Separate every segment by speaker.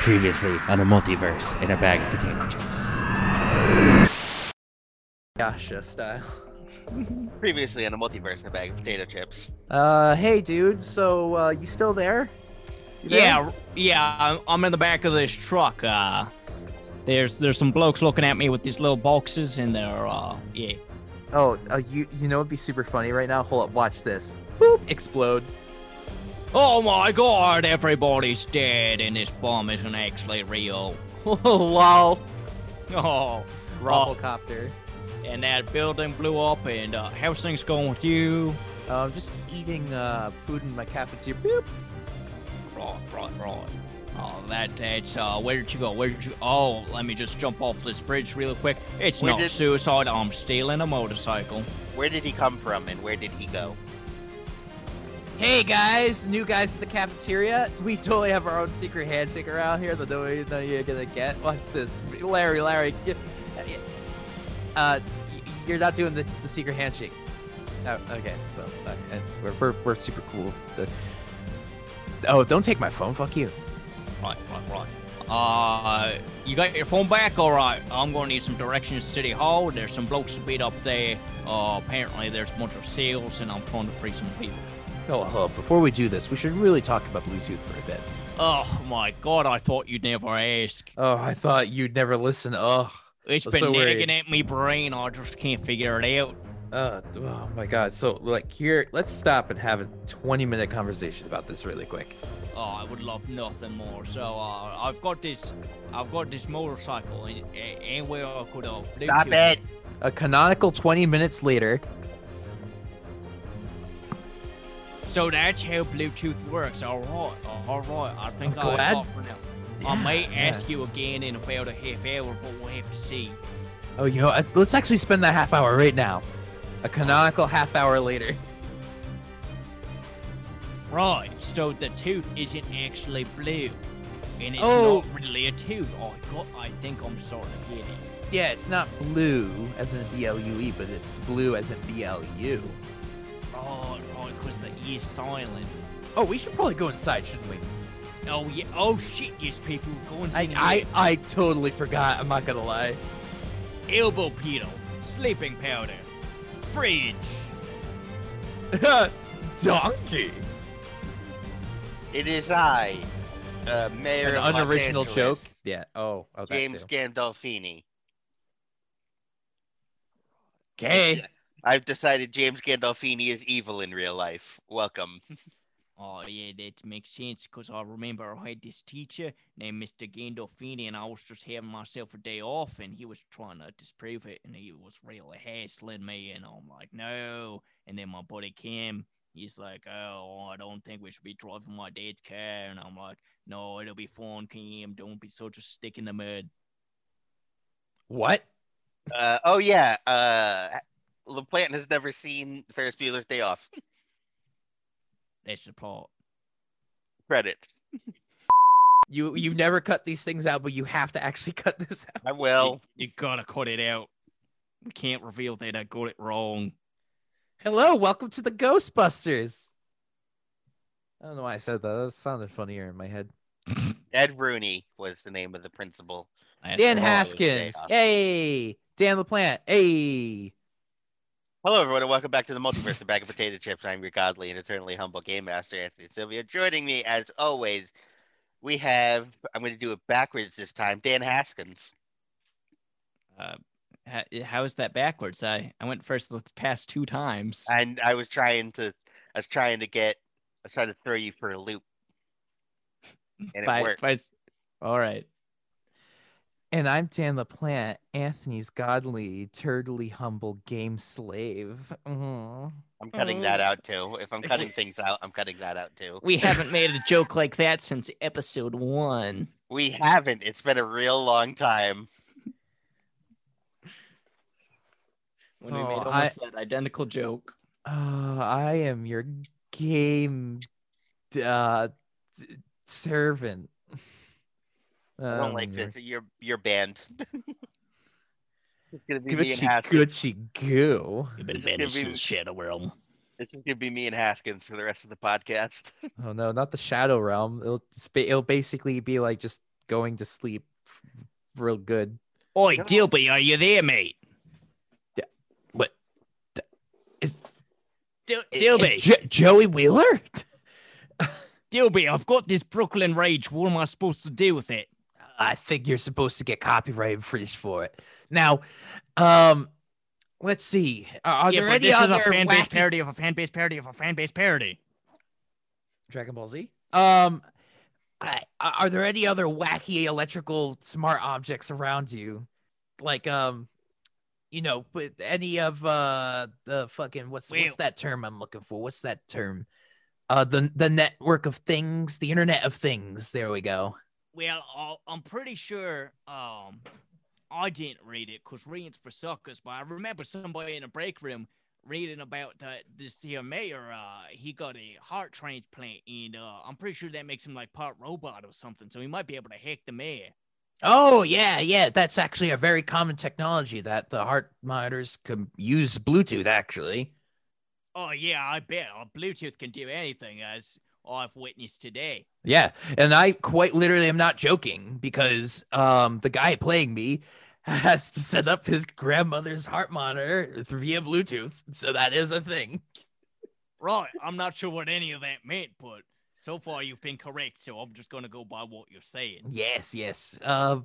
Speaker 1: Previously on a multiverse in a bag of potato chips.
Speaker 2: Yasha style.
Speaker 3: Previously on a multiverse in a bag of potato chips.
Speaker 2: Uh, hey, dude. So, uh, you still there? You there?
Speaker 4: Yeah, yeah, I'm- I'm in the back of this truck. Uh, there's there's some blokes looking at me with these little boxes, and they're uh, yeah.
Speaker 2: Oh, uh, you you know it'd be super funny right now. Hold up, watch this. Boop, explode.
Speaker 4: Oh my God! Everybody's dead, and this bomb isn't actually real.
Speaker 2: wow.
Speaker 4: Oh,
Speaker 2: Robocopter.
Speaker 4: and that building blew up. And uh, how's things going with you?
Speaker 2: Uh, I'm just eating uh, food in my cafeteria. Boop.
Speaker 4: Right, right, right. Oh, that that's uh, where did you go? Where did you? Oh, let me just jump off this bridge real quick. It's
Speaker 3: Where
Speaker 4: not
Speaker 3: did-
Speaker 4: suicide. I'm stealing a motorcycle.
Speaker 3: Where did he come from and where did he go?
Speaker 2: Hey guys, new guys in the cafeteria. We totally have our own secret handshake around here that no one no you're gonna get. Watch this, Larry. Larry, get, uh, y- you're not doing the, the secret handshake. Oh, okay, so okay. We're, we're we're super cool. The- Oh, don't take my phone. Fuck you.
Speaker 4: Right, right, right. Uh, you got your phone back? All right. I'm gonna need some directions to City Hall. There's some blokes to beat up there. Uh, apparently there's a bunch of seals, and I'm trying to free some people.
Speaker 2: Oh, hold up. Before we do this, we should really talk about Bluetooth for a bit.
Speaker 4: Oh my God! I thought you'd never ask.
Speaker 2: Oh, I thought you'd never listen. Oh,
Speaker 4: It's
Speaker 2: I'm
Speaker 4: been
Speaker 2: so worried.
Speaker 4: nagging at me brain. I just can't figure it out.
Speaker 2: uh, oh my God. So like here, let's stop and have a 20 minute conversation about this really quick.
Speaker 4: Oh, I would love nothing more. So uh, I've got this, I've got this motorcycle, and a- anywhere I could uh, Bluetooth.
Speaker 3: Stop it!
Speaker 2: A canonical 20 minutes later.
Speaker 4: So that's how Bluetooth works. All right, uh, all right. I think
Speaker 2: I'm
Speaker 4: I'll
Speaker 2: glad-
Speaker 4: talk for now. I may
Speaker 2: Yeah,
Speaker 4: ask you again in about a half hour, but we'll have to see.
Speaker 2: Oh, you know, uh, let's actually spend that half hour right now. A canonical half hour later.
Speaker 4: Right. So the tooth isn't actually blue, and it's
Speaker 2: Oh.
Speaker 4: not really a tooth. Oh, I got. I think I'm starting to get it.
Speaker 2: Yeah, it's not blue as in B L U E, but it's blue as in B L U.
Speaker 4: Right, right. Because the ear's silent.
Speaker 2: Oh, we should probably go inside, shouldn't we?
Speaker 4: Oh yeah. Oh shit. Yes, people go and see the
Speaker 2: I I, I totally forgot. I'm not gonna lie.
Speaker 4: elbow peel, sleeping powder, fridge.
Speaker 2: Donkey.
Speaker 3: It is I, uh, Mayor
Speaker 2: An
Speaker 3: of Los
Speaker 2: unoriginal
Speaker 3: Angeles,
Speaker 2: joke. Yeah. Oh, oh, that
Speaker 3: James
Speaker 2: too.
Speaker 3: Gandolfini.
Speaker 2: Okay.
Speaker 3: I've decided James Gandolfini is evil in real life. Welcome.
Speaker 4: Oh yeah, that makes sense because I remember I had this teacher named Mr. Gandolfini, and I was just having myself a day off, and he was trying to disprove it, and he was really hassling me, and I'm like, no. And then my buddy Kim, he's like, oh, I don't think we should be driving my dad's car, and I'm like, no, it'll be fun, Kim. Don't be such a stick in the mud.
Speaker 2: What?
Speaker 3: Uh, oh yeah, uh, LaPlante has never seen Ferris Bueller's Day Off.
Speaker 4: That's the plot.
Speaker 3: Credits.
Speaker 2: You you never cut these things out, but you have to actually cut this out.
Speaker 3: I
Speaker 4: You-
Speaker 3: will.
Speaker 4: You, gotta cut it out. We can't reveal that I got it wrong.
Speaker 2: Hello, welcome to the Ghostbusters. I don't know why I said that. That sounded funnier in my head.
Speaker 3: Ed Rooney was the name of the principal.
Speaker 4: That's
Speaker 2: Dan
Speaker 4: wrong.
Speaker 3: Has-
Speaker 2: Haskins.
Speaker 3: Yeah.
Speaker 2: Hey. Dan LaPlante. Hey.
Speaker 3: Hello, everyone, and welcome back to the Multiverse of Bag of Potato Chips. I'm your godly and eternally humble game master, Anthony Sylvia. Joining me, as always, we have, I'm going to do it backwards this time, Dan Haskins.
Speaker 4: Uh, how, how is that backwards? I, I went first the past two times.
Speaker 3: And I was trying to, I was trying to get, I was trying to throw you for a loop. And it
Speaker 4: By-
Speaker 3: worked.
Speaker 4: by s- all right.
Speaker 2: And I'm Dan LaPlante, Anthony's godly, turdly humble game slave. Mhm.
Speaker 3: I'm cutting that out too. If I'm cutting things out, I'm cutting that out too.
Speaker 4: We haven't made a joke like that since episode one.
Speaker 3: We haven't. It's been a real long time.
Speaker 4: When we
Speaker 2: Oh,
Speaker 4: made
Speaker 2: I-
Speaker 4: almost that identical joke.
Speaker 2: Uh, I am your game uh, d- servant. Um,
Speaker 3: I don't
Speaker 4: Oh,
Speaker 3: like this. You're you're banned. it's gonna be me and
Speaker 2: Gucci,
Speaker 3: Haskins.
Speaker 2: Gucci goo.
Speaker 4: You've been
Speaker 3: Just give
Speaker 4: banished to
Speaker 3: me-
Speaker 4: the shadow realm.
Speaker 3: It's just gonna be me and Haskins for the rest of the podcast.
Speaker 2: Oh no, not the Shadow Realm. It'll it's ba- it'll basically be like just going to sleep f- real good.
Speaker 4: Oi,
Speaker 3: No.
Speaker 4: Dilby, are you there, mate?
Speaker 2: What?
Speaker 4: Dil-
Speaker 2: I- I-
Speaker 4: Dilby,
Speaker 2: Jo- Joey Wheeler?
Speaker 4: Dilby, I've got this Brooklyn rage. What am I supposed to do with it?
Speaker 2: I think you're supposed to get copyright infringed for it. Now, um, let's see. Are, are
Speaker 4: yeah,
Speaker 2: there
Speaker 4: but
Speaker 2: any
Speaker 4: this
Speaker 2: other
Speaker 4: is a fan based
Speaker 2: wacky-
Speaker 4: parody of a fan based parody of a fan based parody.
Speaker 2: Dragon Ball Z? Um, I, are there any other wacky electrical smart objects around you? Like, um, you know, but any of uh the fucking what's
Speaker 4: Wait.
Speaker 2: what's that term I'm looking for? What's that term? Uh, the the network of things, the Internet of Things. There we go.
Speaker 4: Well, I'll- I'm pretty sure um, I didn't read it because reading's for suckers, but I remember somebody in a break room reading about the, this here mayor. Uh, he got a heart transplant, and uh, I'm pretty sure that makes him like part robot or something, so he might be able to hack the mayor.
Speaker 2: Oh yeah, yeah. That's actually a very common technology that the heart monitors can use Bluetooth. Actually,
Speaker 4: Oh, yeah, I bet. Uh, Bluetooth can do anything, as I've witnessed today.
Speaker 2: yeah. And I quite literally am not joking because um the guy playing me has to set up his grandmother's heart monitor via Bluetooth, so that is a thing.
Speaker 4: Right, I'm not sure what any of that meant, but so far you've been correct, so I'm just going to go by what you're saying.
Speaker 2: Yes, yes. Um,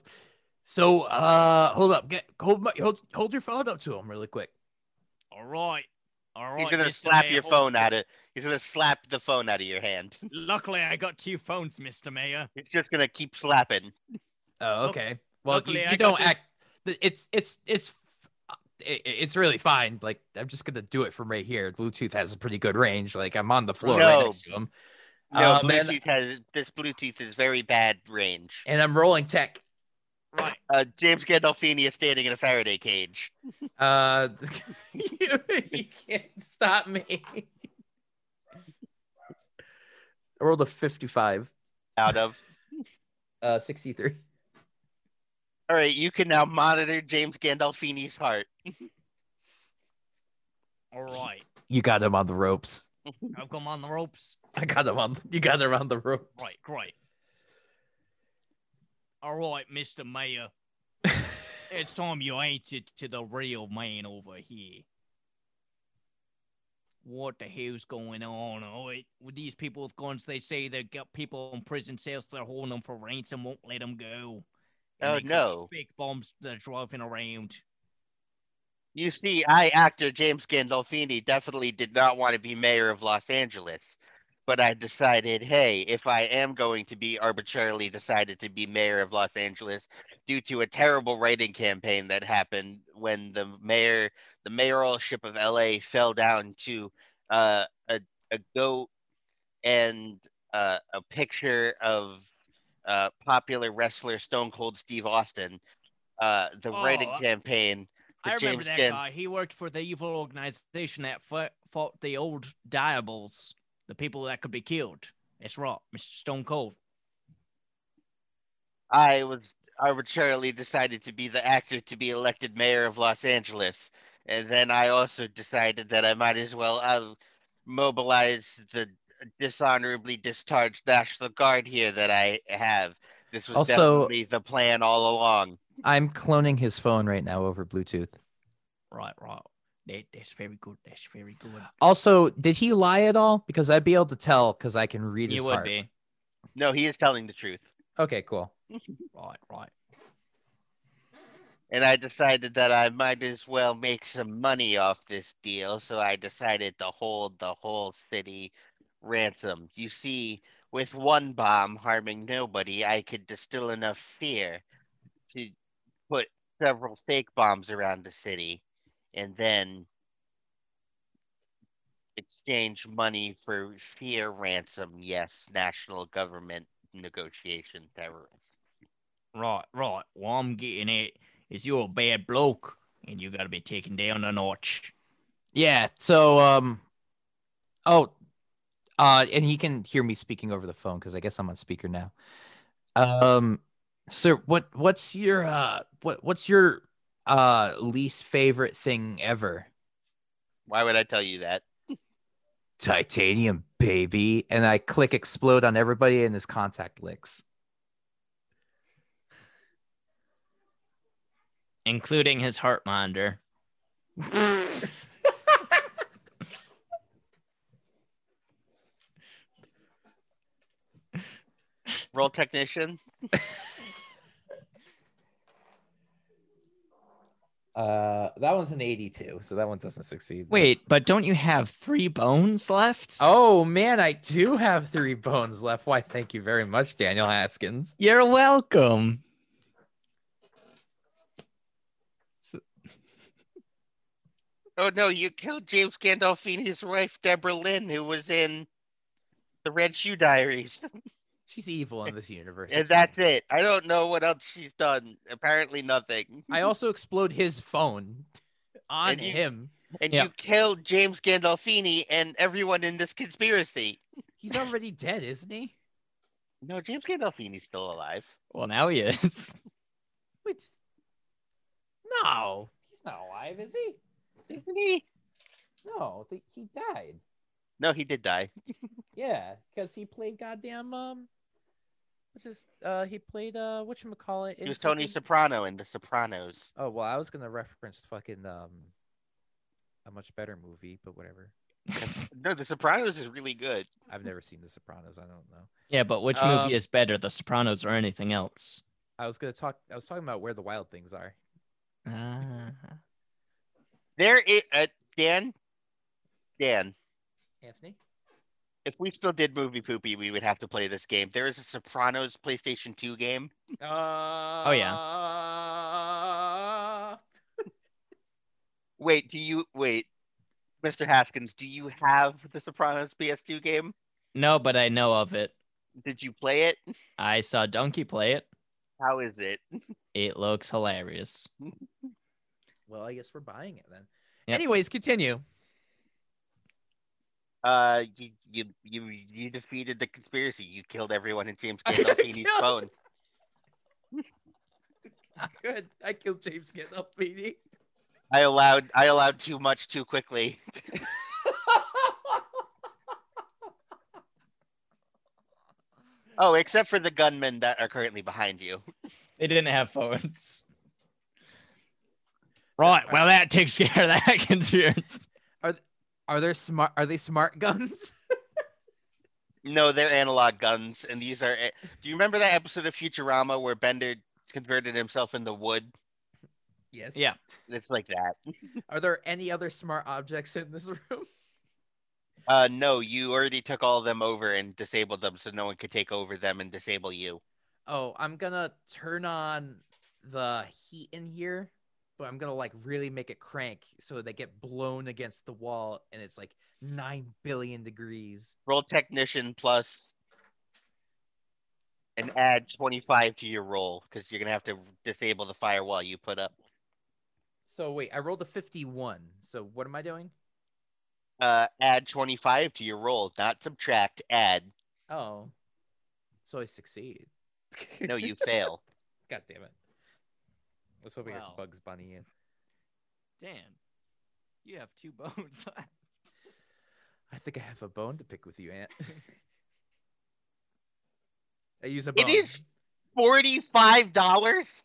Speaker 2: so uh, hold up, get hold my hold hold your phone up to him really quick.
Speaker 4: All right. All right.
Speaker 3: He's gonna
Speaker 4: Mr.
Speaker 3: slap
Speaker 4: Mayor,
Speaker 3: your
Speaker 4: hold
Speaker 3: phone
Speaker 4: still.
Speaker 3: out of. He's gonna slap the phone out of your hand.
Speaker 4: Luckily, I got two phones, Mr. Mayor.
Speaker 3: He's just gonna keep slapping.
Speaker 2: Oh,
Speaker 4: Look-
Speaker 2: okay. Well,
Speaker 4: Luckily,
Speaker 2: you,
Speaker 4: I
Speaker 2: you
Speaker 4: got
Speaker 2: don't
Speaker 4: this-
Speaker 2: act th- it's it's it's f- it, it- it's really fine. Like I'm just gonna do it from right here. Bluetooth has a pretty good range. Like I'm on the floor right next to him,
Speaker 3: No,
Speaker 2: Um, and-
Speaker 3: Uh, Bluetooth has this Bluetooth is very bad range.
Speaker 2: and I'm rolling tech.
Speaker 4: Right.
Speaker 3: Uh, James Gandolfini is standing in a Faraday cage.
Speaker 2: Uh, you, you can't stop me. I rolled a 55,
Speaker 3: Out of.
Speaker 2: uh, 63.
Speaker 3: All right, you can now monitor James Gandolfini's heart.
Speaker 4: All right.
Speaker 2: You got him on the ropes.
Speaker 4: I've got him on the ropes.
Speaker 2: I got him on. You got him on the ropes.
Speaker 4: Right, great. All right, Mr. Mayor. it's time you answered to the real man over here. What the hell's going on? Oh, it, with these people with guns, they say they got people in prison cells. They're holding them for ransom, won't let them go.
Speaker 3: Oh,
Speaker 4: And they got these
Speaker 3: no.
Speaker 4: Big bombs that are driving around.
Speaker 3: You see, I, actor James Gandolfini, definitely did not want to be mayor of Los Angeles. But I decided, hey, if I am going to be arbitrarily decided to be mayor of Los Angeles due to a terrible writing campaign that happened when the mayor, the mayoralship of LA fell down to uh, a, a goat and uh, a picture of uh, popular wrestler Stone Cold Steve Austin. Uh, the writing
Speaker 4: Oh, I-
Speaker 3: campaign
Speaker 4: I
Speaker 3: that
Speaker 4: remember
Speaker 3: James
Speaker 4: that
Speaker 3: Gunn-
Speaker 4: guy. He worked for the evil organization that fought, fought the old diables, the people that could be killed. That's right, Mr. Stone Cold.
Speaker 3: I was arbitrarily decided to be the actor to be elected mayor of Los Angeles. And then I also decided that I might as well uh, mobilize the dishonorably discharged National Guard here that I have. This was
Speaker 2: Also-
Speaker 3: definitely the plan all along.
Speaker 2: I'm cloning his phone right now over Bluetooth.
Speaker 4: Right, right. That, that's very good. That's very good.
Speaker 2: Also, did he lie at all? Because I'd be able to tell because I can read his
Speaker 4: You would
Speaker 2: heart.
Speaker 4: be.
Speaker 3: No, he is telling the truth.
Speaker 2: Okay, cool.
Speaker 4: Right, right.
Speaker 3: And I decided that I might as well make some money off this deal, so I decided to hold the whole city ransom. You see, with one bomb harming nobody, I could distill enough fear to put several fake bombs around the city and then exchange money for fear ransom. Yes, national government negotiation terrorists.
Speaker 4: Right, right. What I'm getting at is you're a bad bloke and you got to be taken down a notch.
Speaker 2: Yeah. So, um, oh, uh, and he can hear me speaking over the phone because I guess I'm on speaker now. Um, sir, what what's your uh what what's your uh least favorite thing ever?
Speaker 3: Why would I tell you that?
Speaker 2: Titanium, baby. And I click explode on everybody, and his contact licks.
Speaker 4: including his heart monitor.
Speaker 3: Roll technician.
Speaker 2: Uh, that one's an 82, so that one doesn't succeed.
Speaker 4: Wait, but don't you have three bones left?
Speaker 2: Oh man, I do have three bones left. Why, thank you very much, Daniel Haskins.
Speaker 4: You're welcome.
Speaker 3: Oh no, you killed James Gandolfini's wife, Deborah Lynn, who was in the Red Shoe Diaries.
Speaker 2: She's evil in this universe.
Speaker 3: and
Speaker 2: it's fine.
Speaker 3: that's it. I don't know what else she's done. Apparently nothing.
Speaker 2: I also explode his phone on
Speaker 3: Mm-hmm. And you-
Speaker 2: him.
Speaker 3: And
Speaker 4: Yeah.
Speaker 3: you killed James Gandolfini and everyone in this conspiracy.
Speaker 2: He's already dead, isn't he?
Speaker 3: No, James Gandolfini's still alive.
Speaker 4: Well, now he is.
Speaker 2: Wait. No, he's not alive, is he?
Speaker 3: Isn't he?
Speaker 2: No, th- he died.
Speaker 3: No, he did die.
Speaker 2: Yeah, because he played goddamn um, what's his? Uh, he played uh, what you call it?
Speaker 3: He was Tony Soprano in The Sopranos.
Speaker 2: Oh well, I was gonna reference fucking um, a much better movie, but whatever.
Speaker 3: No, The Sopranos is really good.
Speaker 2: I've never seen The Sopranos. I don't know.
Speaker 4: yeah, but which
Speaker 2: Um,
Speaker 4: movie is better, The Sopranos or anything else?
Speaker 2: I was gonna talk. I was talking about where the wild things are.
Speaker 4: Ah.
Speaker 3: There is uh, Dan. Dan,
Speaker 2: Anthony.
Speaker 3: if we still did movie poopy, we would have to play this game. There is a Sopranos PlayStation 2 game.
Speaker 2: Uh, yeah.
Speaker 3: Wait, do you wait, Mr. Haskins? Do you have the Sopranos PS2 game?
Speaker 4: No, but I know of it.
Speaker 3: Did you play it?
Speaker 4: I saw Donkey play it.
Speaker 3: How is it?
Speaker 4: It looks hilarious.
Speaker 2: Well, I guess we're buying it then.
Speaker 4: Yep.
Speaker 2: Anyways, continue.
Speaker 3: Uh, you you you, you defeated the conspiracy. You killed everyone in James
Speaker 2: I
Speaker 3: Gandolfini's
Speaker 2: killed-
Speaker 3: phone.
Speaker 2: Good. I killed James Gandolfini.
Speaker 3: I allowed I allowed too much too quickly. Oh, except for the gunmen that are currently behind you.
Speaker 4: They didn't have phones. Right. Well, that takes care of that concerns.
Speaker 2: are there smart? Are they smart guns?
Speaker 3: No, they're analog guns, and these are. eh, Do you remember that episode of Futurama where Bender converted himself into wood?
Speaker 2: yes.
Speaker 4: Yeah.
Speaker 3: It's like that.
Speaker 2: Are there any other smart objects in this room?
Speaker 3: Uh, no, you already took all of them over and disabled them, so no one could take over them and disable you.
Speaker 2: Oh, I'm gonna turn on the heat in here, but I'm gonna like really make it crank so they get blown against the wall and it's like nine billion degrees.
Speaker 3: Roll technician plus, and add twenty-five to your roll because you're gonna have to disable the firewall you put up.
Speaker 2: So wait, I rolled a 51. So what am I doing?
Speaker 3: Uh, add twenty-five to your roll, not subtract. Add.
Speaker 2: Oh, so I succeed.
Speaker 3: No, you fail.
Speaker 2: God damn it. Let's hope we
Speaker 4: Wow.
Speaker 2: get Bugs Bunny in.
Speaker 4: Dan, you have two bones left.
Speaker 2: I think I have a bone to pick with you, Ant. I use a
Speaker 3: It
Speaker 2: bone.
Speaker 3: is Forty-five dollars.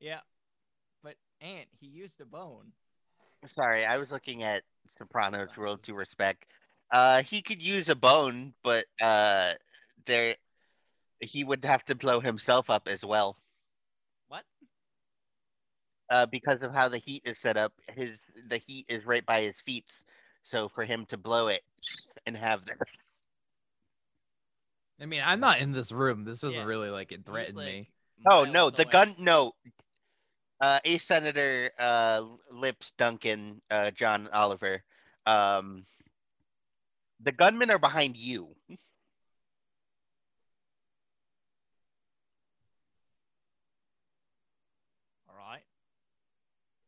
Speaker 4: Yeah. But Ant, he used a bone.
Speaker 3: Sorry, I was looking at Sopranos World to Respect. Uh, he could use a bone, but uh, there he would have to blow himself up as well.
Speaker 4: What?
Speaker 3: Uh, because of how the heat is set up, his the heat is right by his feet. So for him to blow it and have the
Speaker 2: I mean, I'm not in this room. This doesn't
Speaker 4: Yeah.
Speaker 2: really like it
Speaker 4: He's,
Speaker 2: threaten
Speaker 4: like,
Speaker 2: me.
Speaker 3: oh
Speaker 4: miles
Speaker 3: no, the
Speaker 4: away.
Speaker 3: gun no. Uh, Ace Senator uh, Lips Duncan uh, John Oliver. Um, the gunmen are behind you.
Speaker 4: All right.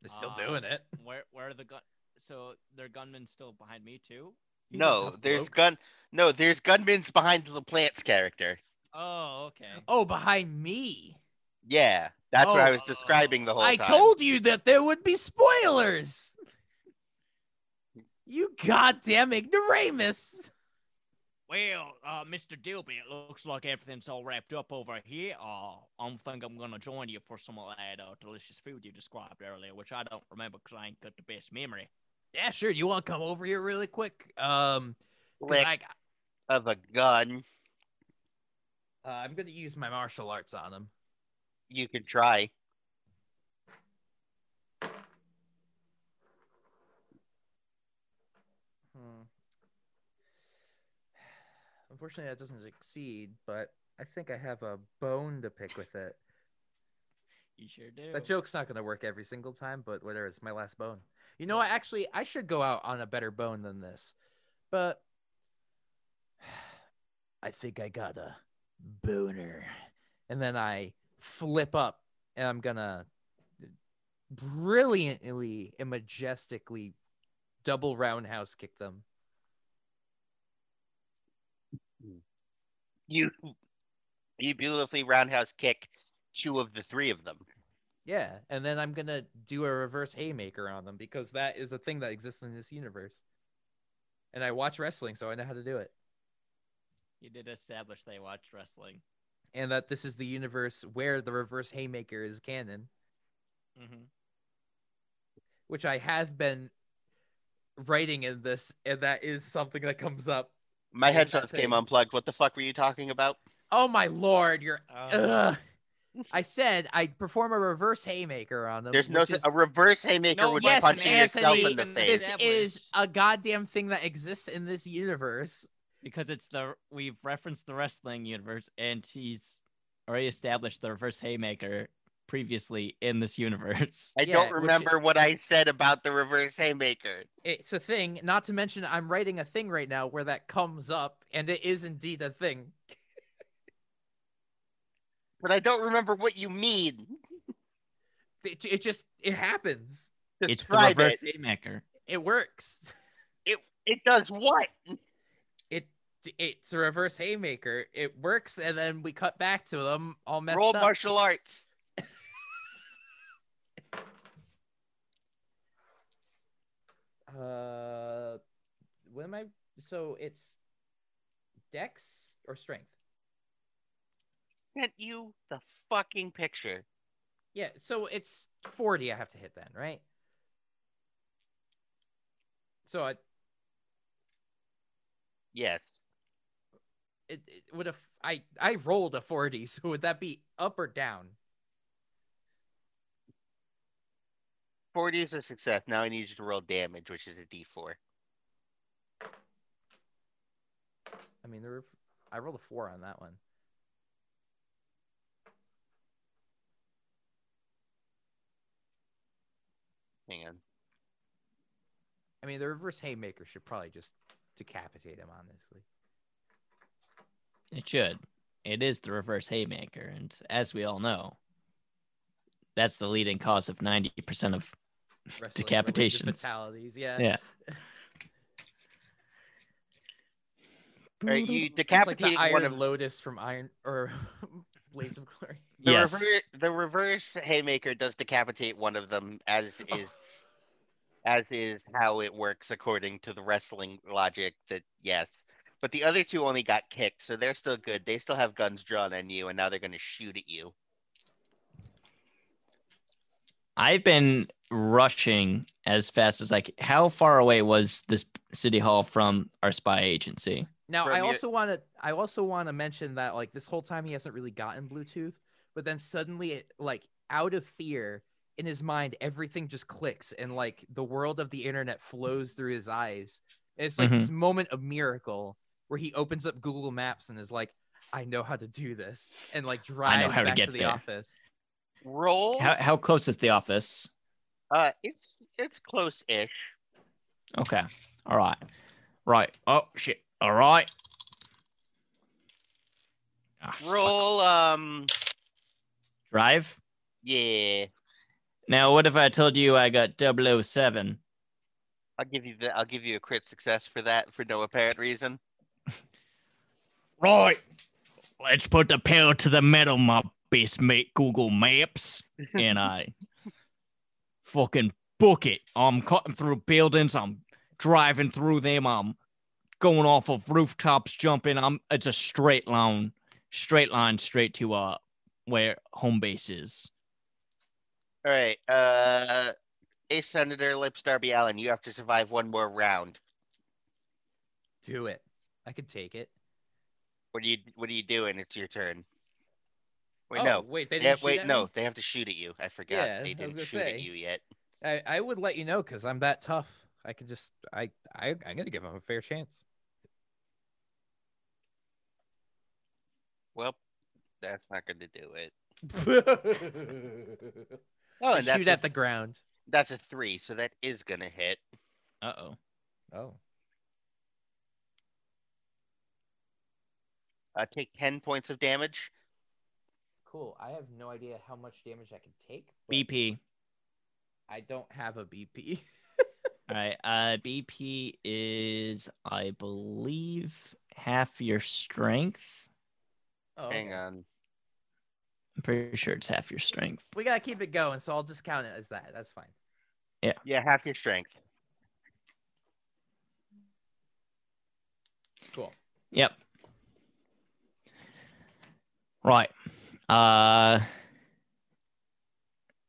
Speaker 2: They're still
Speaker 4: Uh,
Speaker 2: doing it.
Speaker 4: Where where are the gun? So their gunman's still behind me too.
Speaker 2: He's a
Speaker 3: no,
Speaker 2: tough
Speaker 3: there's
Speaker 2: bloke.
Speaker 3: gun. No, there's gunmen's behind the plant's character.
Speaker 4: Oh, okay.
Speaker 2: Oh, behind me.
Speaker 3: Yeah, that's what I
Speaker 2: Oh,
Speaker 3: was describing the whole
Speaker 2: I
Speaker 3: time.
Speaker 2: told you that there would be spoilers. You goddamn ignoramus.
Speaker 4: Well, uh, Mr. Dilby, it looks like everything's all wrapped up over here. Uh, I'm think I'm gonna join you for some of that uh, delicious food you described earlier, which I don't remember because I ain't got the best memory.
Speaker 2: Yeah, sure. You want to come over here really quick? Um, 'cause
Speaker 3: Lick
Speaker 2: I,
Speaker 3: of a gun.
Speaker 2: uh, I'm gonna use my martial arts on him.
Speaker 3: You can try.
Speaker 2: Hmm. Unfortunately, that doesn't succeed, but I think I have a bone to pick with it.
Speaker 4: You sure do.
Speaker 2: That joke's not going to work every single time, but whatever. It's my last bone. You know what? Actually, I should go out on a better bone than this, but I think I got a boner. And then I flip up and I'm going to brilliantly and majestically double roundhouse kick them.
Speaker 3: You you beautifully roundhouse kick two of the three of them.
Speaker 2: Yeah. And then I'm going to do a reverse haymaker on them because that is a thing that exists in this universe. And I watch wrestling, so I know how to do it.
Speaker 4: you did establish they watch wrestling.
Speaker 2: and that this is the universe where the reverse haymaker is canon,
Speaker 4: Mm-hmm.
Speaker 2: which I have been writing in this, and that is something that comes up.
Speaker 3: My
Speaker 2: Yeah, that's
Speaker 3: headphones came
Speaker 2: right.
Speaker 3: unplugged. What the fuck were you talking about?
Speaker 2: Oh my lord, you're.
Speaker 4: Uh,
Speaker 2: Ugh. I said I perform a reverse haymaker on them.
Speaker 3: There's
Speaker 2: Uh,
Speaker 3: no
Speaker 2: which
Speaker 3: s
Speaker 2: is-
Speaker 3: a reverse haymaker
Speaker 4: No,
Speaker 3: would be
Speaker 2: yes,
Speaker 3: punching yourself in
Speaker 2: Anthony,
Speaker 3: the
Speaker 4: and
Speaker 3: face.
Speaker 2: this is a goddamn thing that exists in this universe.
Speaker 4: because it's the we've referenced the wrestling universe, and he's already established the reverse haymaker previously in this universe.
Speaker 3: I
Speaker 2: yeah,
Speaker 3: don't
Speaker 2: which-
Speaker 3: remember what I said about the reverse haymaker.
Speaker 2: It's a thing. Not to mention, I'm writing a thing right now where that comes up, and it is indeed a thing.
Speaker 3: But I don't remember what you mean.
Speaker 2: It, it just it happens.
Speaker 4: It's the
Speaker 3: Describe
Speaker 4: reverse
Speaker 3: it.
Speaker 4: haymaker.
Speaker 2: It works.
Speaker 3: It does what?
Speaker 2: it it's a reverse haymaker. It works, and then we cut back to them all messed
Speaker 3: Roll
Speaker 2: up.
Speaker 3: martial arts.
Speaker 2: Uh, what am I? So it's Dex or Strength?
Speaker 3: Sent you the fucking picture.
Speaker 2: Yeah. So it's forty. I have to hit then, right? So I
Speaker 3: Yes.
Speaker 2: it, it would have I I rolled a forty. So would that be up or down?
Speaker 3: 40 is a success. Now I need you to roll damage, which is a d4.
Speaker 2: I mean, there were, I rolled a four on that one.
Speaker 3: Hang on.
Speaker 2: I mean, the reverse haymaker should probably just decapitate him, honestly.
Speaker 4: It should. It is the reverse haymaker, and as we all know, that's the leading cause of ninety percent of
Speaker 2: wrestling-related
Speaker 4: Decapitations.
Speaker 2: fatalities, Yeah.
Speaker 4: yeah.
Speaker 3: All right, you
Speaker 2: It's like
Speaker 3: decapitated
Speaker 2: the Iron
Speaker 3: one of
Speaker 2: Lotus from Iron or Blades of Glory.
Speaker 3: the,
Speaker 4: yes.
Speaker 3: rever- the reverse haymaker does decapitate one of them, as is as is how it works according to the wrestling logic. That yes, but the other two only got kicked, so they're still good. They still have guns drawn on you, and now they're going to shoot at you.
Speaker 4: I've been rushing as fast as I can. How far away was this city hall from our spy agency?
Speaker 2: Now,
Speaker 3: From
Speaker 2: I
Speaker 3: your-
Speaker 2: also want to I also want to mention that like this whole time he hasn't really gotten Bluetooth, but then suddenly it, like out of fear in his mind everything just clicks and like the world of the internet flows through his eyes. It's like
Speaker 4: Mhm.
Speaker 2: this moment of miracle where he opens up Google Maps and is like, "I know how to do this," and like drives
Speaker 4: how to
Speaker 2: back to,
Speaker 4: get
Speaker 2: the
Speaker 4: there.
Speaker 2: office.
Speaker 3: Roll.
Speaker 4: How, how close is the office?
Speaker 3: Uh, it's it's close-ish.
Speaker 4: Okay. All right. Right. Oh, shit. All right. Ah, fuck.
Speaker 3: Roll. Um.
Speaker 4: Drive.
Speaker 3: Yeah.
Speaker 4: Now, what if I told you I got 007?
Speaker 3: I'll give you the. I'll give you a crit success for that for no apparent reason.
Speaker 4: Right. Let's put the pedal to the metal, my best mate, Google Maps. And I fucking book it. I'm cutting through buildings. I'm driving through them. I'm going off of rooftops, jumping. I'm. It's a straight line, straight line, straight to uh where home base is.
Speaker 3: All right. Uh, Ace Senator Lips Darby Allen, you have to survive one more round.
Speaker 2: Do it. I could take it.
Speaker 3: What do you What are you doing? It's your turn. Wait,
Speaker 2: oh,
Speaker 3: no.
Speaker 2: Wait, they
Speaker 3: They
Speaker 2: didn't
Speaker 3: have,
Speaker 2: shoot
Speaker 3: wait,
Speaker 2: at
Speaker 3: no.
Speaker 2: me?
Speaker 3: They have to shoot at you. I forgot.
Speaker 2: Yeah, I
Speaker 3: they
Speaker 2: was
Speaker 3: didn't
Speaker 2: gonna
Speaker 3: shoot
Speaker 2: say.
Speaker 3: at you yet.
Speaker 2: I, I would let you know because I'm that tough. I could just I, I I'm gonna give them a fair chance.
Speaker 3: Well, that's not going to do it.
Speaker 2: Oh, shoot
Speaker 3: Oh, and that's
Speaker 2: at
Speaker 3: a,
Speaker 2: the ground.
Speaker 3: that's a three, so that is going to hit.
Speaker 4: Uh oh.
Speaker 2: Oh,
Speaker 3: Uh, take ten points of damage.
Speaker 2: cool. I have no idea how much damage I can take. but
Speaker 4: BP.
Speaker 2: I don't have a BP.
Speaker 4: All right. Uh, BP is, I believe, half your strength.
Speaker 2: Oh,
Speaker 3: Hang
Speaker 2: okay.
Speaker 3: on.
Speaker 4: I'm pretty sure it's half your strength.
Speaker 2: We gotta keep it going, so I'll just count it as that. That's fine.
Speaker 3: Yeah, half your strength.
Speaker 2: Cool.
Speaker 4: Yep. Right. Uh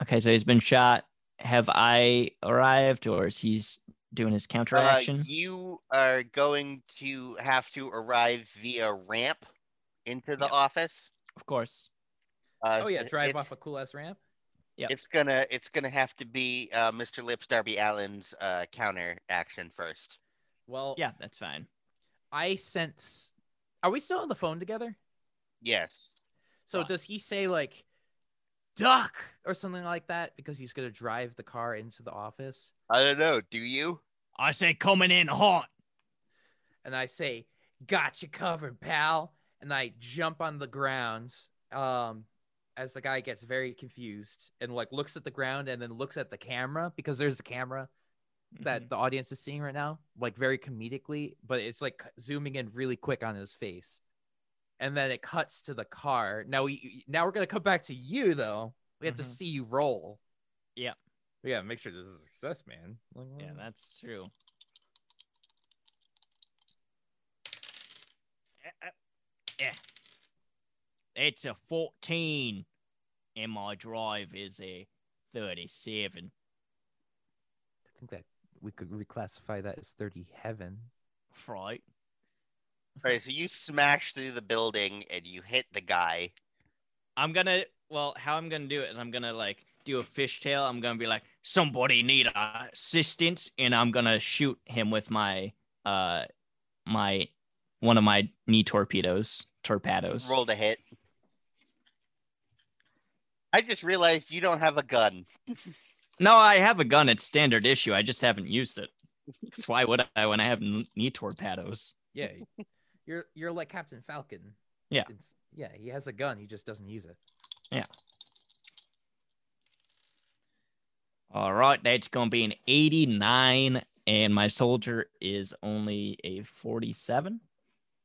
Speaker 4: Okay, so he's been shot. Have I arrived or is he's doing his
Speaker 3: Uh,
Speaker 4: counteraction?
Speaker 3: you are going to have to arrive via ramp into the
Speaker 4: Yeah.
Speaker 3: office.
Speaker 4: of course.
Speaker 3: Uh,
Speaker 2: Oh yeah,
Speaker 3: so
Speaker 2: drive
Speaker 3: it's-
Speaker 2: off a cool ass ramp.
Speaker 4: Yep.
Speaker 3: It's gonna it's gonna have to be uh, Mr. Lips Darby Allen's uh, counter action first.
Speaker 2: Well,
Speaker 4: Yeah, that's fine.
Speaker 2: I sense. Are we still on the phone together?
Speaker 3: Yes.
Speaker 2: So
Speaker 4: Right.
Speaker 2: does he say like duck or something like that because he's gonna drive the car into the office?
Speaker 3: I don't know. Do you?
Speaker 4: I say coming in hot.
Speaker 2: And I say, "Got you covered, pal!" And I jump on the ground. Um, as the guy gets very confused and like looks at the ground and then looks at the camera because there's a camera
Speaker 4: Mm-hmm.
Speaker 2: that the audience is seeing right now, like very comedically, but it's like zooming in really quick on his face. And then it cuts to the car. Now we now we're gonna come back to you though. We have to
Speaker 4: Mhm.
Speaker 2: see you roll.
Speaker 4: Yeah.
Speaker 2: We gotta make sure this is a success, man. Like,
Speaker 4: Mhm. Yeah,
Speaker 2: well,
Speaker 4: that's true. Uh, uh, Yeah. It's a 14 and my drive is a 37.
Speaker 2: I think that we could reclassify that as 30 heaven.
Speaker 4: Right.
Speaker 3: All right. So you smash through the building and you hit the guy.
Speaker 4: I'm gonna well, how I'm gonna do it is I'm gonna like do a fishtail. I'm gonna be like, somebody need uh, assistance, and I'm gonna shoot him with my uh my one of my knee torpedoes, torpedoes.
Speaker 3: Roll to hit. I just realized you don't have a gun.
Speaker 4: No, I have a gun. It's standard issue. I just haven't used it. 'Cause why would I when I have kn- knee torpedoes?
Speaker 2: Yeah. you're you're like Captain Falcon.
Speaker 4: Yeah.
Speaker 2: It's, yeah, he has a gun, he just doesn't use it.
Speaker 4: All right, that's gonna be an 89, and my soldier is only a 47.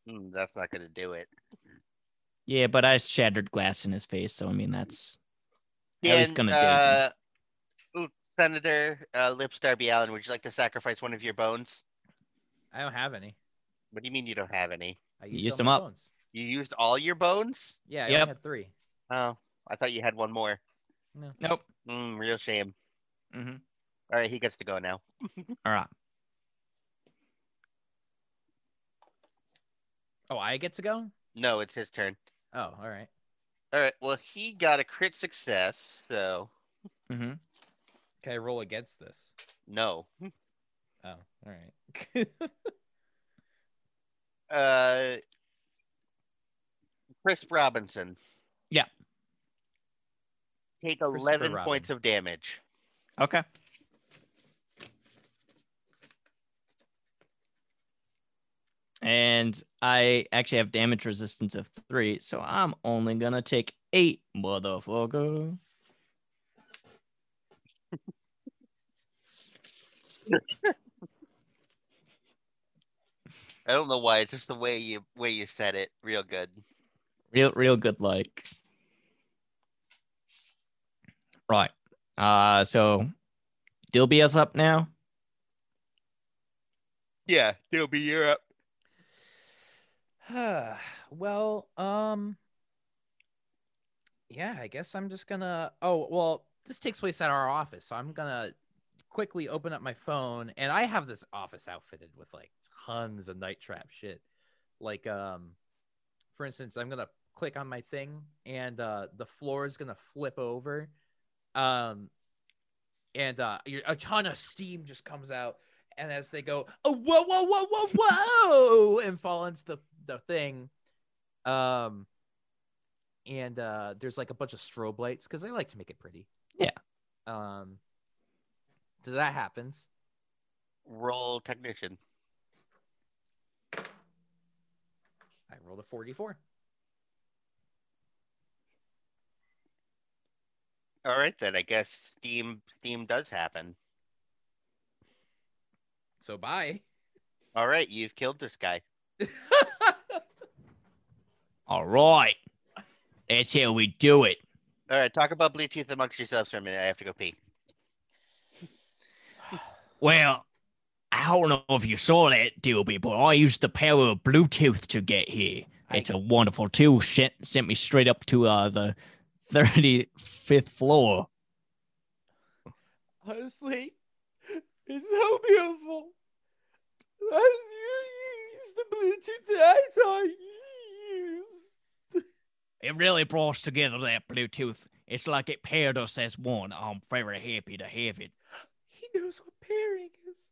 Speaker 3: Hmm, that's not gonna do it.
Speaker 4: Yeah, but I shattered glass in his face, so I mean that's I was
Speaker 3: Then,
Speaker 4: gonna daze him.
Speaker 3: uh, Senator uh, Lips Darby Allen, would you like to sacrifice one of your bones?
Speaker 2: I don't have any.
Speaker 3: What do you mean you don't have any?
Speaker 2: I
Speaker 4: You
Speaker 2: used,
Speaker 4: used
Speaker 2: all
Speaker 4: them
Speaker 2: my
Speaker 4: up.
Speaker 2: Bones.
Speaker 3: You used all your bones?
Speaker 2: Yeah, I
Speaker 4: Yep.
Speaker 2: only had three.
Speaker 3: Oh, I thought you had one more.
Speaker 2: No.
Speaker 4: nope.
Speaker 3: Mm, real shame.
Speaker 4: Mm-hmm.
Speaker 3: All right, he gets to go now.
Speaker 4: All right.
Speaker 2: Oh, I get to go?
Speaker 3: No, it's his turn.
Speaker 2: Oh, all right.
Speaker 3: All right, well, he got a crit success, so
Speaker 4: Mm-hmm.
Speaker 2: Can I roll against this?
Speaker 3: no.
Speaker 2: Oh, all right.
Speaker 3: Uh, Chris Robinson.
Speaker 4: Yeah.
Speaker 3: Take
Speaker 2: Christopher
Speaker 3: 11
Speaker 2: Robin.
Speaker 3: points of damage.
Speaker 4: Okay. And I actually have damage resistance of three, so I'm only gonna take eight, motherfucker.
Speaker 3: I don't know why. It's just the way you way you said it. Real good.
Speaker 4: Real, real good, like. Right. Uh, so Dilby is up now.
Speaker 3: Yeah, he'll be uh, Europe.
Speaker 2: Uh, well, um, yeah, I guess I'm just gonna. Oh, well, this takes place at our office, so I'm gonna quickly open up my phone, and I have this office outfitted with like tons of night trap shit. Like, um, for instance, I'm gonna click on my thing, and uh, the floor is gonna flip over, um, and uh, your- a ton of steam just comes out and as they go, oh, whoa, whoa, whoa, whoa, whoa, and fall into the, the thing. Um, and uh, there's like a bunch of strobe lights because they like to make it pretty.
Speaker 4: Yeah.
Speaker 2: Um, so that happens.
Speaker 3: Roll technician.
Speaker 2: I rolled a 44.
Speaker 3: All right, then I guess steam steam does happen.
Speaker 2: So bye.
Speaker 3: All right, you've killed this guy.
Speaker 4: All right. That's how we do it.
Speaker 3: All right, talk about blue teeth amongst yourselves for a minute. I have to go pee.
Speaker 4: Well, I don't know if you saw that, Dilby, but I used the power of Bluetooth to get here. It's a wonderful tool. Sent, sent me straight up to uh, the 35th floor.
Speaker 2: Honestly, it's so beautiful. That is the Bluetooth that I use.
Speaker 4: It really brought us together, that Bluetooth. It's like it paired us as one. I'm very happy to have it.
Speaker 2: He knows what pairing is.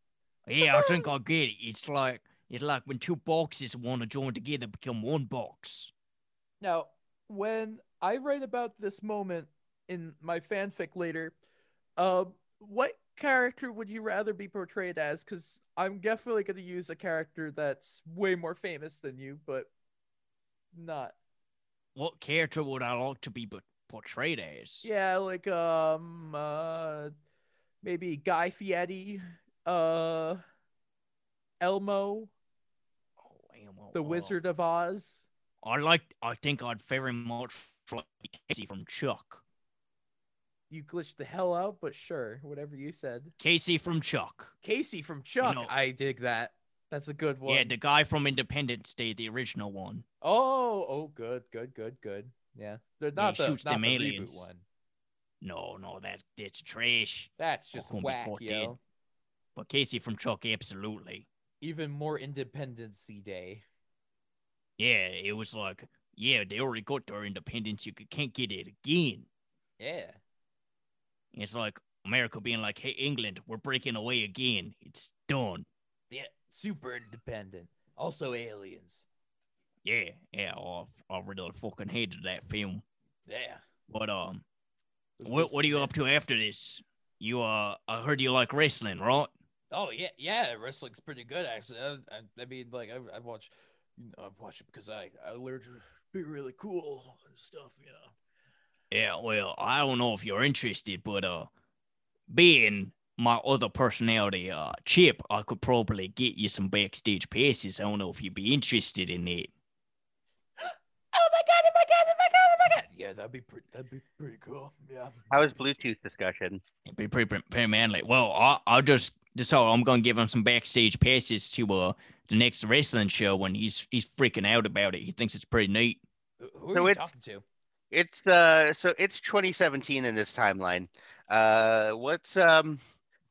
Speaker 4: Yeah, I think I get it. It's like it's like when two boxes want to join together become one box.
Speaker 2: Now, when I write about this moment in my fanfic later, uh, what character would you rather be portrayed as? Because I'm definitely going to use a character that's way more famous than you, but not.
Speaker 4: What character would I like to be but portrayed as?
Speaker 2: Yeah, like um, uh, maybe Guy Fieri, uh, Elmo,
Speaker 4: Oh, Elmo,
Speaker 2: the
Speaker 4: oh.
Speaker 2: Wizard of Oz.
Speaker 4: I like. I think I'd very much like Casey from Chuck.
Speaker 2: You glitched the hell out, but sure, whatever you said.
Speaker 4: Casey from Chuck.
Speaker 2: Casey from Chuck.
Speaker 4: know-
Speaker 2: I dig that. That's a good one.
Speaker 4: Yeah, the guy from Independence Day, the original one.
Speaker 2: oh, oh, good, good, good, good. Yeah, they're not the,
Speaker 4: shoots
Speaker 2: not
Speaker 4: them
Speaker 2: the
Speaker 4: aliens.
Speaker 2: reboot one.
Speaker 4: No, no, that that's trash.
Speaker 2: That's just
Speaker 4: gonna be
Speaker 2: whack,
Speaker 4: caught
Speaker 2: yo.
Speaker 4: dead. But Casey from Chuck, absolutely.
Speaker 2: Even more Independence Day.
Speaker 4: Yeah, it was like, yeah, they already got their independence. You c- can't get it again.
Speaker 2: Yeah.
Speaker 4: It's like America being like, hey, England, we're breaking away again. It's done.
Speaker 2: Yeah. Super independent. Also aliens.
Speaker 4: Yeah, yeah. I, I really fucking hated that film.
Speaker 2: Yeah.
Speaker 4: But um,
Speaker 2: Those
Speaker 4: what
Speaker 2: Will
Speaker 4: what are you
Speaker 2: Smith-
Speaker 4: up to after this? You uh, I heard you like wrestling, right?
Speaker 2: Oh yeah, yeah. Wrestling's pretty good actually. I, I, I mean, like I, I watch, I watch it because I I learned to be really cool and stuff. You know.
Speaker 4: Yeah. Well, I don't know if you're interested, but uh, being my other personality, uh, Chip, I could probably get you some backstage passes. I don't know if you'd be interested in it.
Speaker 2: Oh my god! Oh my god! Oh my god! Oh my god! Yeah, that'd be pretty. That'd be pretty cool. Yeah.
Speaker 3: How is Bluetooth discussion?
Speaker 4: It'd be pretty, pretty, pretty manly. Well, I, I'll just decide I'm gonna give him some backstage passes to uh the next wrestling show when he's he's freaking out about it. He thinks it's pretty neat.
Speaker 2: Who- Who are
Speaker 3: So
Speaker 2: you
Speaker 3: it's-
Speaker 2: talking to?
Speaker 3: It's uh, so it's 2017 in this timeline. Uh, what's um,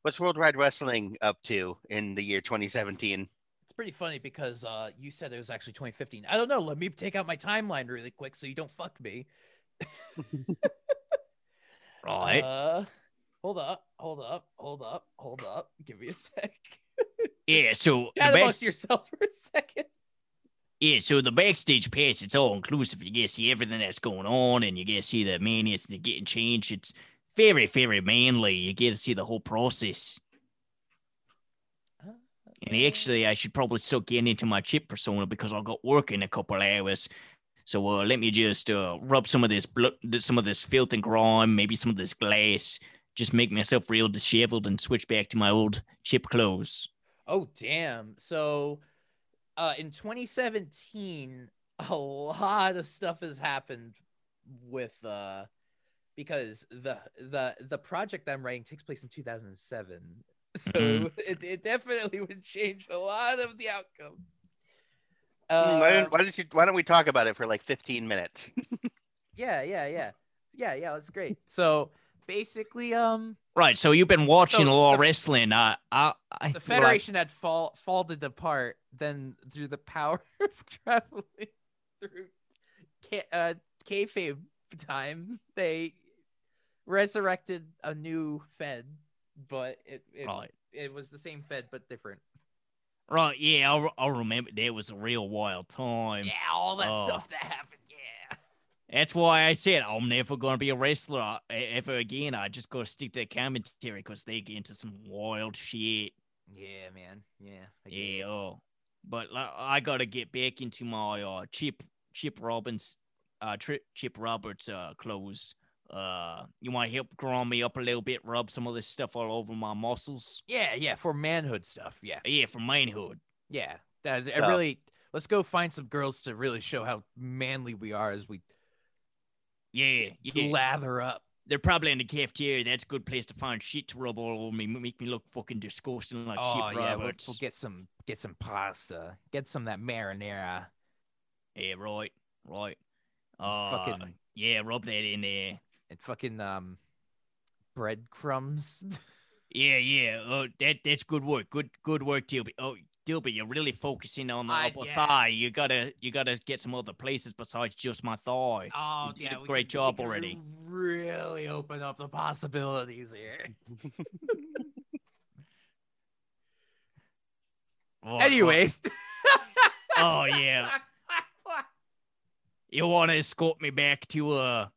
Speaker 3: what's Worldwide Wrestling up to in the year 2017?
Speaker 2: It's pretty funny because uh, you said it was actually 2015. I don't know. Let me take out my timeline really quick so you don't fuck me.
Speaker 4: Right.
Speaker 2: Uh, hold up! Hold up! Hold up! Hold up! Give me a sec.
Speaker 4: yeah, so the
Speaker 2: Chat amongst
Speaker 4: backst-
Speaker 2: yourselves for a second.
Speaker 4: yeah, so the backstage pass, it's all inclusive. You get to see everything that's going on and you get to see the manias that getting changed. It's very, very manly. You get to see the whole process. And actually, I should probably still get into my chip persona because I got work in a couple hours. So uh, let me just uh, rub some of this blood, some of this filth and grime, maybe some of this glass. Just make myself real disheveled and switch back to my old chip clothes.
Speaker 2: Oh damn. So uh in 2017 a lot of stuff has happened with uh because the the the project I'm writing takes place in 2007. So
Speaker 4: Mhm.
Speaker 2: it, it definitely would change a lot of the outcome. Uh,
Speaker 3: why, don't, why don't you? Why don't we talk about it for like 15 minutes?
Speaker 2: yeah, yeah, yeah, yeah, yeah. That's great. So basically, um,
Speaker 4: Right. So you've been watching
Speaker 2: So
Speaker 4: a lot
Speaker 2: the-
Speaker 4: of wrestling. I, I, I
Speaker 2: the
Speaker 4: feel like-
Speaker 2: Federation had fall folded apart. Then through the power of traveling through ca- uh, kayfabe time, they resurrected a new Fed, but it it,
Speaker 4: right.
Speaker 2: it was the same Fed but different.
Speaker 4: Right. Yeah. I, re- I remember there was a real wild time.
Speaker 2: Yeah, all that
Speaker 4: Oh.
Speaker 2: stuff that happened. Yeah.
Speaker 4: That's why I said I'm never going to be a wrestler e- ever again. I just got to stick to the commentary because they get into some wild shit.
Speaker 2: Yeah, man. Yeah. I get
Speaker 4: Yeah.
Speaker 2: it.
Speaker 4: Oh. But like, I got to get back into my uh, Chip Chip Robbins, uh, Tri- Chip Roberts uh, clothes. Uh, you want to help grind me up a little bit, rub some of this stuff all over my muscles?
Speaker 2: Yeah, yeah, for manhood stuff. Yeah.
Speaker 4: Yeah, for manhood.
Speaker 2: Yeah. That I
Speaker 4: So-
Speaker 2: really let's go find some girls to really show how manly we are as we
Speaker 4: Yeah, yeah.
Speaker 2: lather up.
Speaker 4: They're probably in the cafeteria. That's a good place to find shit to rub all over me, m- make me look fucking disgusting like
Speaker 2: oh
Speaker 4: Chip
Speaker 2: yeah, we'll,
Speaker 4: Roberts.
Speaker 2: we'll get some get some pasta. Get some that marinara.
Speaker 4: Yeah, right, right. Uh,
Speaker 2: fucking
Speaker 4: yeah, rub that in there.
Speaker 2: and fucking um breadcrumbs.
Speaker 4: Yeah, yeah. Oh, that that's good work. Good good work, Dilby. Oh, Dilby, you're really focusing on the
Speaker 2: I-
Speaker 4: upper
Speaker 2: yeah.
Speaker 4: thigh. You gotta you gotta get some other places besides just my thigh.
Speaker 2: Oh
Speaker 4: did a great job already.
Speaker 2: Really open up the possibilities here.
Speaker 4: Right, right.
Speaker 2: Anyways.
Speaker 4: Oh yeah. You wanna escort me back to uh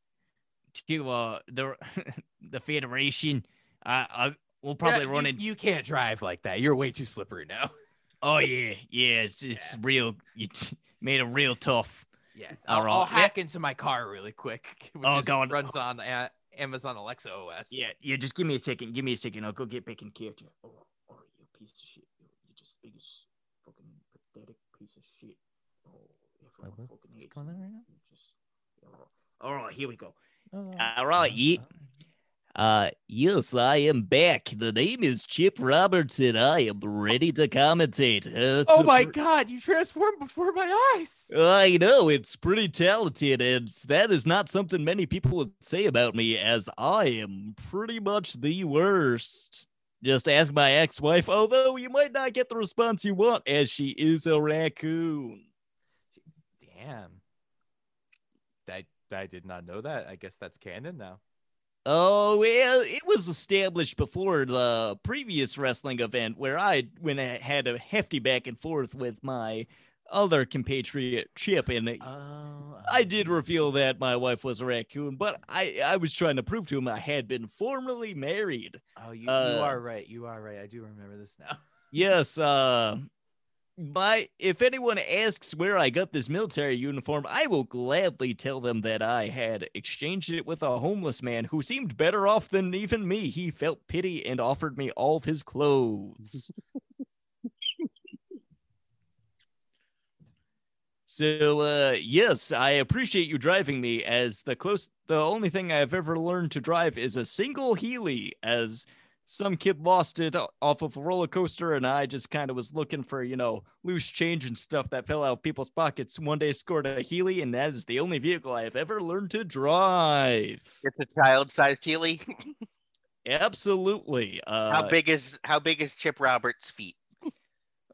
Speaker 4: to uh the the Federation? I I we'll probably
Speaker 2: Yeah,
Speaker 4: run
Speaker 2: you,
Speaker 4: into
Speaker 2: you can't drive like that. You're way too slippery now.
Speaker 4: Oh yeah, yeah, it's it's real you t- made it real tough.
Speaker 2: Yeah, I'll,
Speaker 4: All
Speaker 2: I'll
Speaker 4: right.
Speaker 2: hack into my car really quick. Which
Speaker 4: Oh,
Speaker 2: is-
Speaker 4: God.
Speaker 2: runs on a- Amazon Alexa OS.
Speaker 4: Yeah, yeah. Just give me a second. Give me a second. I'll go get back in character. Oh, oh you piece of shit. You're, you're just the biggest fucking pathetic piece of shit. Oh, everyone
Speaker 2: what-
Speaker 4: fucking
Speaker 2: what's
Speaker 4: hates
Speaker 2: going
Speaker 4: you.
Speaker 2: on right now?
Speaker 4: You just. oh. All right, here we go.
Speaker 2: Oh,
Speaker 4: All right, ye- Uh, yes, I am back. The name is Chip Roberts, and I am ready to commentate. Uh,
Speaker 2: Oh
Speaker 4: so
Speaker 2: my
Speaker 4: for-
Speaker 2: God! You transformed before my eyes.
Speaker 4: I know it's pretty talented, and that is not something many people would say about me, as I am pretty much the worst. Just ask my ex wife, although you might not get the response you want, as she is a raccoon.
Speaker 2: Damn. I I did not know that. I guess that's canon now.
Speaker 4: Oh, well, it was established before the previous wrestling event where I when I had a hefty back and forth with my other compatriot Chip, and
Speaker 2: Oh,
Speaker 4: I did reveal that my wife was a raccoon, but I, I was trying to prove to him I had been formerly married.
Speaker 2: Oh, you, you
Speaker 4: uh,
Speaker 2: are right. You are right. I do remember this now.
Speaker 4: Yes, uh my if anyone asks where I got this military uniform, I will gladly tell them that I had exchanged it with a homeless man who seemed better off than even me. He felt pity and offered me all of his clothes. So uh yes, I appreciate you driving me as the close the only thing I've ever learned to drive is a single Healy as some kid lost it o- off of a roller coaster, and I just kind of was looking for, you know, loose change and stuff that fell out of people's pockets. One day scored a Healy, and that is the only vehicle I have ever learned to drive.
Speaker 3: It's a child-sized Healy.
Speaker 4: Absolutely. Uh,
Speaker 3: how big is how big is Chip Roberts' feet?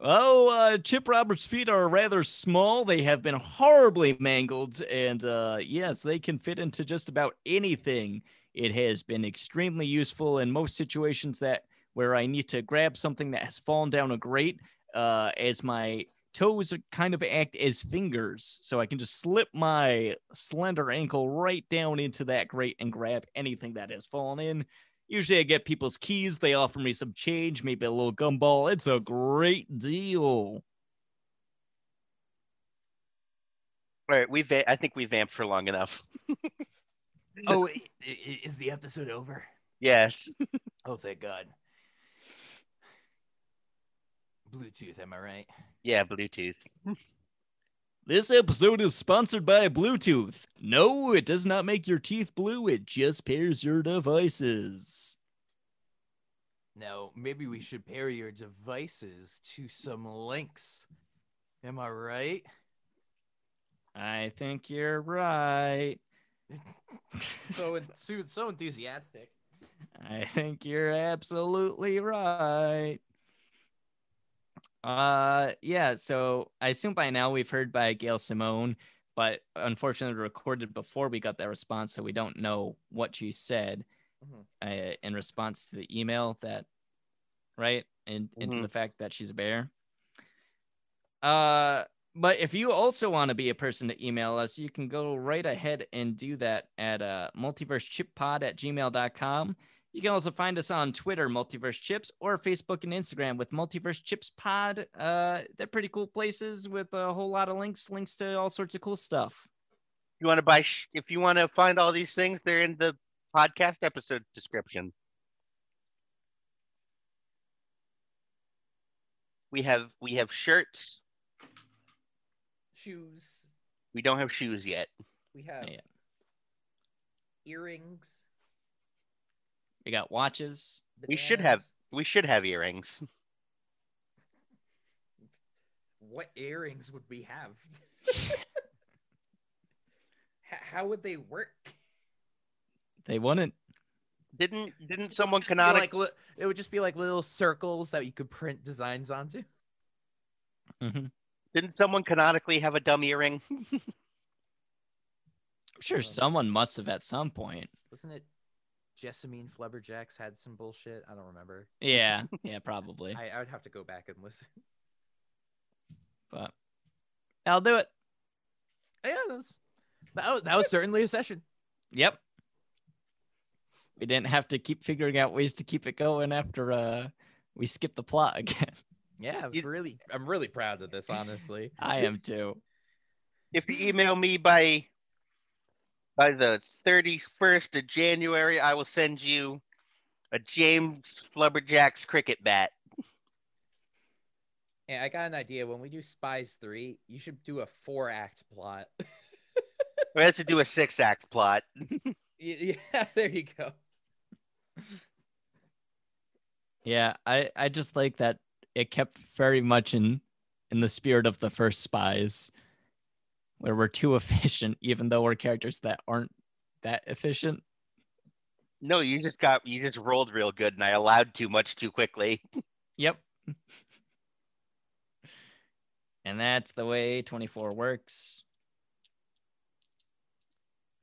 Speaker 4: Oh, uh, Chip Roberts' feet are rather small. They have been horribly mangled, and uh, yes, they can fit into just about anything. It has been extremely useful in most situations that where I need to grab something that has fallen down a grate, uh, as my toes are kind of act as fingers, so I can just slip my slender ankle right down into that grate and grab anything that has fallen in. Usually I get people's keys. They offer me some change, maybe a little gumball. It's a great deal.
Speaker 3: All right, we va- I think we vamped for long enough.
Speaker 2: oh, i- i- is the episode over?
Speaker 3: Yes.
Speaker 2: Oh, thank God. Bluetooth, am I right?
Speaker 3: Yeah, Bluetooth.
Speaker 4: This episode is sponsored by Bluetooth. No, it does not make your teeth blue. It just pairs your devices.
Speaker 2: No, maybe we should pair your devices to some links. Am I right?
Speaker 4: I think you're right.
Speaker 2: So en- so, so enthusiastic.
Speaker 4: I think you're absolutely right. Uh yeah, so I assume by now we've heard by Gail Simone, but unfortunately recorded before we got that response, so we don't know what she said
Speaker 2: Mhm.
Speaker 4: uh, in response to the email that right and into
Speaker 3: Mhm.
Speaker 4: the fact that she's a bear. Uh but if you also want to be a person to email us, you can go right ahead and do that at uh, multiversechippod at gmail.com. You can also find us on Twitter, Multiverse Chips, or Facebook and Instagram with Multiverse Chips Pod. Uh, they're pretty cool places with a whole lot of links, links to all sorts of cool stuff.
Speaker 3: you want to buy, sh- if you want to find all these things, they're in the podcast episode description. We have we have shirts.
Speaker 2: Shoes.
Speaker 3: We don't have shoes yet.
Speaker 2: We have
Speaker 4: Yeah.
Speaker 2: earrings.
Speaker 4: We got watches.
Speaker 3: We should have-
Speaker 2: bananas.
Speaker 3: We should have earrings.
Speaker 2: What earrings would we have? H- how would they work?
Speaker 4: They wouldn't.
Speaker 3: Didn't didn't someone
Speaker 2: Just be
Speaker 3: canonic
Speaker 2: like li- it would just be like little circles that you could print designs onto.
Speaker 4: Mhm.
Speaker 3: didn't someone canonically have a dumb earring?
Speaker 4: I'm sure someone must have at some point.
Speaker 2: Wasn't it Jessamine Flubberjacks had some bullshit? I don't remember.
Speaker 4: Yeah. Yeah, probably.
Speaker 2: I, I would have to go back and listen.
Speaker 4: But I'll do it.
Speaker 2: yeah, that was, that was that was certainly a session.
Speaker 4: Yep. We didn't have to keep figuring out ways to keep it going after uh we skipped the plot again.
Speaker 2: Yeah, I'm
Speaker 3: You-
Speaker 2: really I'm really proud of this, honestly.
Speaker 4: I am too.
Speaker 3: If you email me by by the 31st of January, I will send you a James Flubberjack's cricket bat.
Speaker 2: Yeah, I got an idea. When we do Spies Three, you should do a four act plot.
Speaker 3: We have to do a six act plot.
Speaker 2: Y- yeah, there you go.
Speaker 4: Yeah, I I just like that it kept very much in in the spirit of the first spies where we're too efficient even though we're characters that aren't that efficient.
Speaker 3: No, you just got you just rolled real good and I allowed too much too quickly.
Speaker 4: Yep. and that's the way 24 works.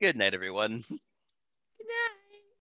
Speaker 3: Good night everyone.